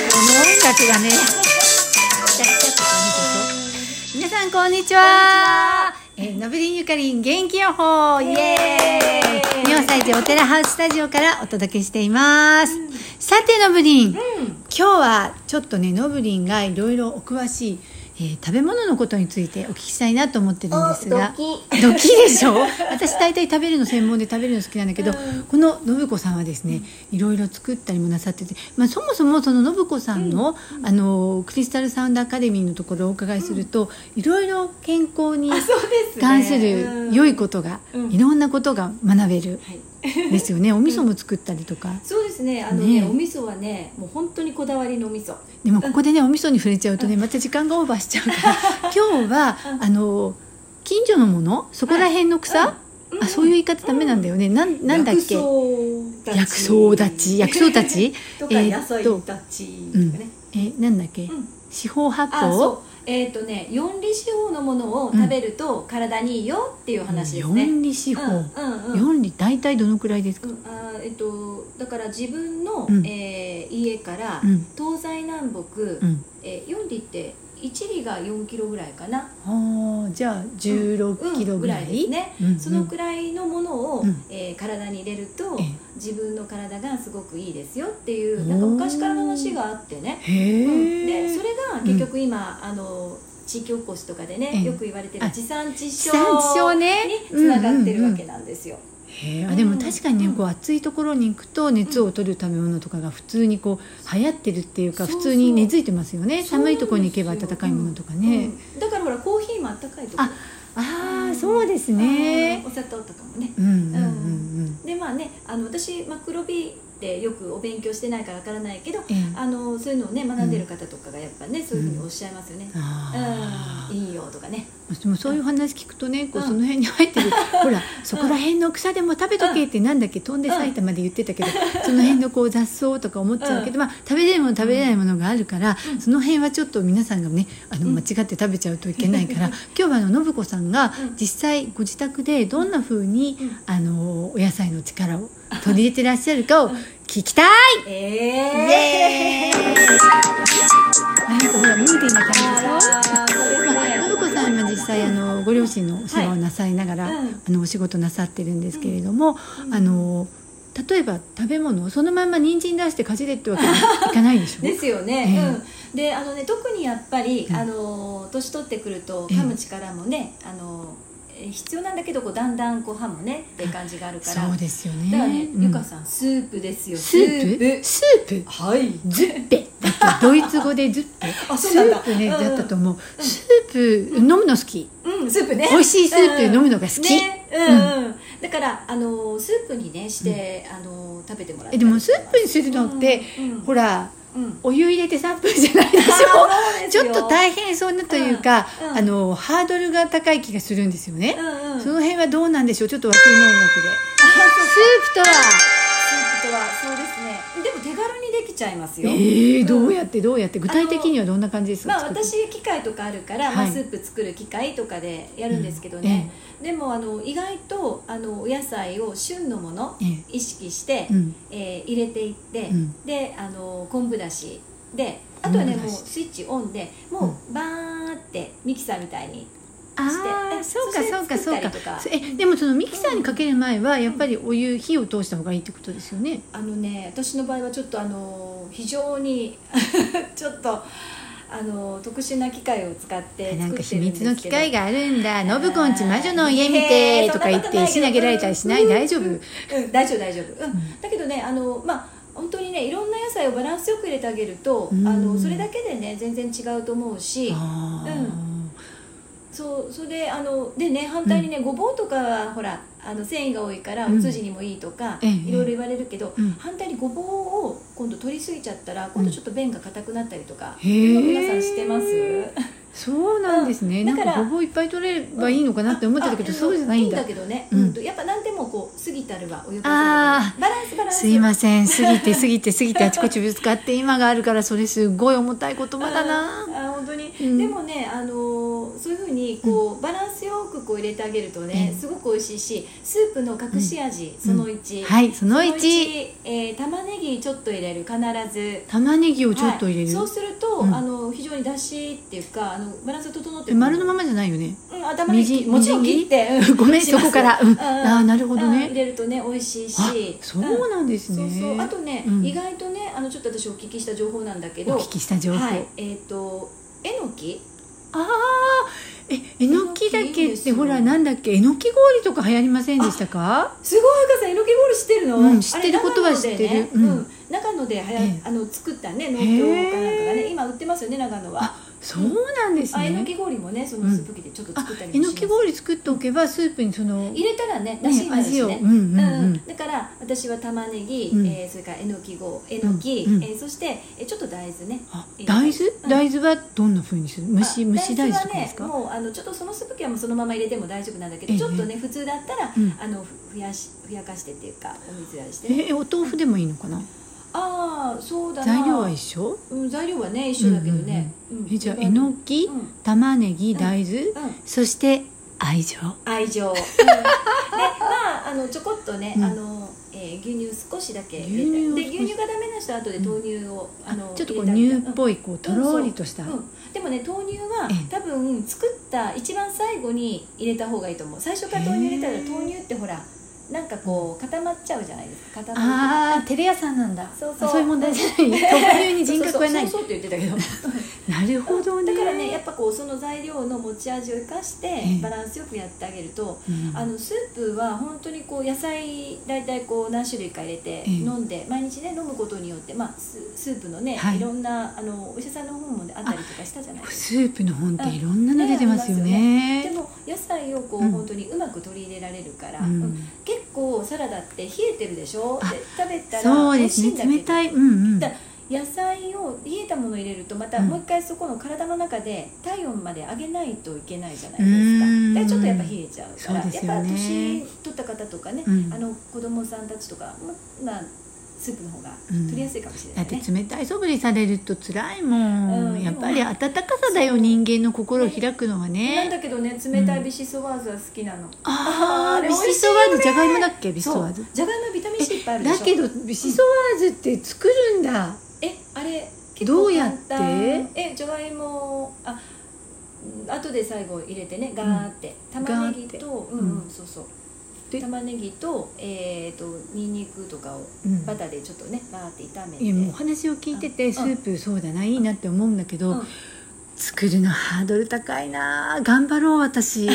たちがね、チャッチャとか見てそう。皆さん、こんにちは。えー、のびりんゆかりん元気予報イエーイ日本最寺お寺ハウススタジオからお届けしています。さて、のぶりん、今日はちょっとね、のぶりんがいろいろお詳しい、えー食べ物のことについてお聞きしたいなと思ってるんですが。おドドキでしょ私大体食べるの専門で食べるの好きなんだけど、この信子さんはですねいろいろ作ったりもなさってて、まあ、そもそもその信子さんの,、あのクリスタルサウンドアカデミーのところをお伺いすると、いろいろ健康にそうですね関する良いことが、うんいろんなことが学べるはいです よね、お味噌も作ったりとか。そうですねあのねねお味噌はねもう本当にこだわりのお味噌でもここでねお味噌に触れちゃうとねまた時間がオーバーしちゃうから 今日はあの近所のものそこら辺の草、うんあそういう言い方ダメなんだよね、なんなんだっけ薬薬草立ち薬 草立ちとかえ野ーっ菜と立ちうとんかね、えなんだっけ、ん四方八あ方そうえーっ、とね四里四方のものを食べると体にいいよっていう話ですね、四里四方、うんうんうん四里大体どのくらいですか、うんあーえっと、だから自分の、うんえー家からうん東西南北、うんえー、4里って1里が4キロぐらいかな、ああじゃあ十六キロぐらい,、うんですね、うんうんそのくらいのものを、うんえー体に入れるとえ自分の体がすごくいいですよっていおうーなんか昔からの話があってね、へえ、うんでそれが結局今、あの地域おこしとかでね、ええよく言われてるあ地産地地消産地消ねにつながってるわうんうんうけんなんですよ、へえあでも確かにね、うんこう暑いところに行くと熱を取る食べ物とかが普通にこう流行ってるっていうかそう普そう通に根付いてますよねそう寒なんですよいところに行けば温かいものとかね、うんだからほらコーヒーもあったかいとこああうあんそうですねうんお砂糖とかもねうんうんうんうんでまあねあの私マクロビってよくお勉強してないからわからないけどええあのそういうのをね学んでる方とかがやっぱね、そういうふうにおっしゃいますよね、あうーん、いいよとかねでもそういう話聞くとねこううんその辺に入ってる、ほらそこら辺の草でも食べとけってなんだっけ飛んで埼玉で言ってたけど、その辺のこう雑草とか思っちゃうけど、まあ、食べれるもの食べれないものがあるから、その辺はちょっと皆さんがねあのうん間違って食べちゃうといけないから、今日はあの信子さんがうん実際ご自宅でどんな風に、うんあのお野菜の力を取り入れてらっしゃるかを聞きたい、えイエーイなんかほら見えていな感じであしょらそうですまあね信子さんは実際あのご両親のお世話をなさいながら、はいうんあのお仕事なさってるんですけれども、あの例えば食べ物をそのまんま人参出してかじれってわけにはいかないでしょですよえね、えうん、であのね特にやっぱり、うんあの年取ってくるとええ噛む力もね、あのえー必要なんだけどこうだんだんこう歯もねって感じがあるからそうですよねだからね、うんゆかさんスープですよスープスープはいズッペだってドイツ語でズッペ あそうスなんーだプねうんうんだったと思う、スープ飲むの好き、うんスープね美味しいスープ飲むのが好き、ねうんうんだからあのスープにねして、あの食べてもらったえりでもスープにするのって、うんうんほらうんお湯入れて3分じゃないでしょあーちそょうでっすよと大変そうなというか、うんうんあのハードルが高い気がするんですよね、うんうんその辺はどうなんでしょうちょっと枠の音楽でスープとはスープとはそうですねでも手軽にできちゃいますよ、ええうんどうやってどうやって具体的にはどんな感じですかまあ作って私機械とかあるから、まはあ、いスープ作る機械とかでやるんですけどね、でもあの意外とあのお野菜を旬のものええ意識して、うんえー入れていって、うんであの昆布だしであとはね昆布もだうしスイッチオンでもうバーってミキサーみたいにああしてそうかそうかそそうして作ったかりとかえでもそのミキサーにかける前はやっぱりお湯火を通した方がいいってことですよねあのね私の場合はちょっとあの非常に ちょっとあの特殊な機械を使ってなんか作秘ってるんですけど密の機会ががあるんだ「信子んち魔女の家見て」とか言って石投げられたりしない大丈夫うん大丈夫大丈夫、うんだけどねあのまあ本当にねいろんな野菜をバランスよく入れてあげると、うんあのそれだけでね全然違うと思うしあーそうそれであのでね反対にね、ごぼうとかはほらあの繊維が多いからうんお通じにもいいとか、ええいろいろ言われるけど、うん反対にごぼうを今度取りすぎちゃったら今度ちょっと便が硬くなったりとか、へえ皆さん知ってますそうなんですね、うんなんだかからごぼういっぱい取れればいいのかなって思ってたけど、あそうじゃないんだいいんだけどね、ううんんとやっぱ何でもこう過ぎたるは及ばずあバランスバランスすいません過ぎて過ぎて過ぎてあちこちぶつかって今 があるからそれすごい重たい言葉だな、あー本当に、うんでもねあのーそういうふうにこうバランスよくこう入れてあげるとね、うんすごく美味しいしスープの隠し味、その1、はいその1そえー玉ねぎちょっと入れる必ず玉ねぎをちょっと入れる、はいそうすると、うんあの非常にだしっていうかあのバランスが整ってえ丸のままじゃないよねうん、頭にみじんもちろん切ってみじん切り ごめんしますそこからうんうあーなるほどねうん入れるとね美味しいしあそうなんですね、そうそうあとね、うん意外とねあのちょっと私お聞きした情報なんだけおど聞きした情報、はいえっ、とえのきああええのきだえのきいけいでっすてよほらなんだっけえのき氷とか流行りませんでしたかすごいお母さんえのきボール知ってるの、うん知ってることはあれ長野でね知ってるうんうん、長野ではや、ええあの作ったね農協かなんかがね今売ってますよね長野はあそうなんですあえのねき氷もねそのスープ機でちょっとあ作ったりもえしまのすき氷作っておけばスープにその入れたらねねだしになるし味をねうんうんうんだから私は玉ねぎ、うんえーそれからえのきごえのき、うんうんえーそしてえーちょっと大豆ねあえー大豆、うん大豆はどんな風にする蒸しあ蒸し大豆とはかですねか、もうあのちょっとそのスープ系はもうそのまま入れても大丈夫なんだけど、ええちょっとね普通だったら、うんあのふふやしふやかしてっていうかお水やりして、えーお豆腐でもいいのかなああそうだな材料は一緒うん、材料はね一緒だけどね、うんえじゃあえのき、うん玉ねぎ大豆、うんそして愛情 愛情、でまああのちょこっとね、うんあの、えー牛乳少しだけ牛乳を少入れてでし牛乳がダメな人は後で豆乳を、あのちょっとこう入乳れたりっぽいこうとろーりとした、うんうんでもね豆乳はええ多分作った一番最後に入れた方がいいと思う最初から豆乳入れたらへえ豆乳ってほらなんかこう固まっちゃうじゃないですか固まるああテレ屋さんなんだそうそうあそういう問題じゃない特有に人格はないそうそうそうそうって言ってたけどなるほどねだからねやっぱこうその材料の持ち味を生かしてええバランスよくやってあげると、うんあのスープは本当にこう野菜大体こう何種類か入れてええ飲んで、毎日ね飲むことによって、まあ、ススープのね、はいい、ろんなあのお医者さんの本もねあったりとかしたじゃないですか。スープの本っていろんなの出てますよねでも野菜をこう、うん本当にうまく取り入れられるから、うんうん結構サラダって冷えてるでしょあで食べたそらう美で味しすいんだね冷けどたいうんうんだ野菜を冷えたものを入れるとまたうんもう一回そこの体の中で体温まで上げないといけないじゃないうですかーんだからちょっとやっぱ冷えちゃうからそうですよねやっぱ年取った方とかね、うんあの子供さんたちとかままあスープの方がうん取りやすいかもしれなだいってね、冷たいそぶりされると辛いもん、うんやっぱり温かさだよ人間の心を開くのはなんねだけどね冷たいビシソワーズは好きなの、あああれビ美味しいシソワーズじゃがいもだっけビシソそワうーズじゃがいもビタミン C いっぱいあるでしだょけどビシソワーズって作るんだ、えあれ結ど構うや簡って単えじゃがいもああとで最後入れてねガーって、玉ねぎとうんうん、うそうそうで玉ねぎとえっ、とにんにくとかをうんバターでちょっとねバーって炒めていやもうお話を聞いてうてんスープそうだないいなって思うんだけど、うん作るのハードル高いな頑張ろう 私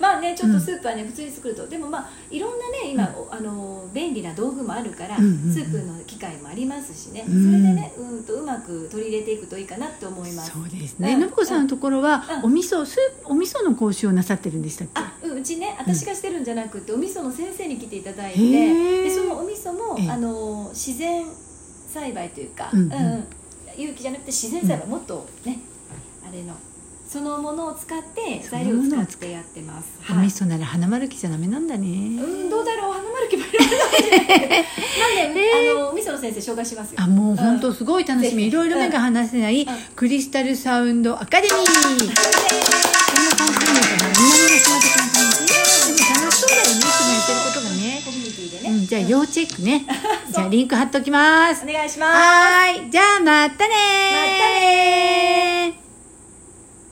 まあねちょっとスープはね、普通に作るとでもまあいろんなね今、おあの便利な道具もあるから、うんうんうんスープの機械もありますしね、うんそれでねうんとうまく取り入れていくといいかなって思いますそうですねうん信子さんのところはうお味噌スープお味噌の講習をなさってるんでしたっけあうんうちね私がしてるんじゃなくて、お味噌の先生に来ていただいへてーでそのお味噌もええあの自然栽培というか、ううんんううんん有機じゃなくて自然栽培、もっとねあれのそのものを使ってその材も料をの使をっ使ってやってますおはい味噌なら花丸きじゃダメなんだね、うんどうだろう花丸木もいろいろあるんじゃないけどなんで、あのお味噌の先生紹介しますよあもう本当すごい楽しみ、うんいろいろ目が離せない、んクリスタルサウンドアカデミー、こんな感じなのかなみんなが仕事的な感じでも楽しそうだよねいつもやってることがねコミュニティでうね、ん、じゃあ要チェックね。じゃあリンク貼っときます。お願いしますはーい。じゃあまたねー。またね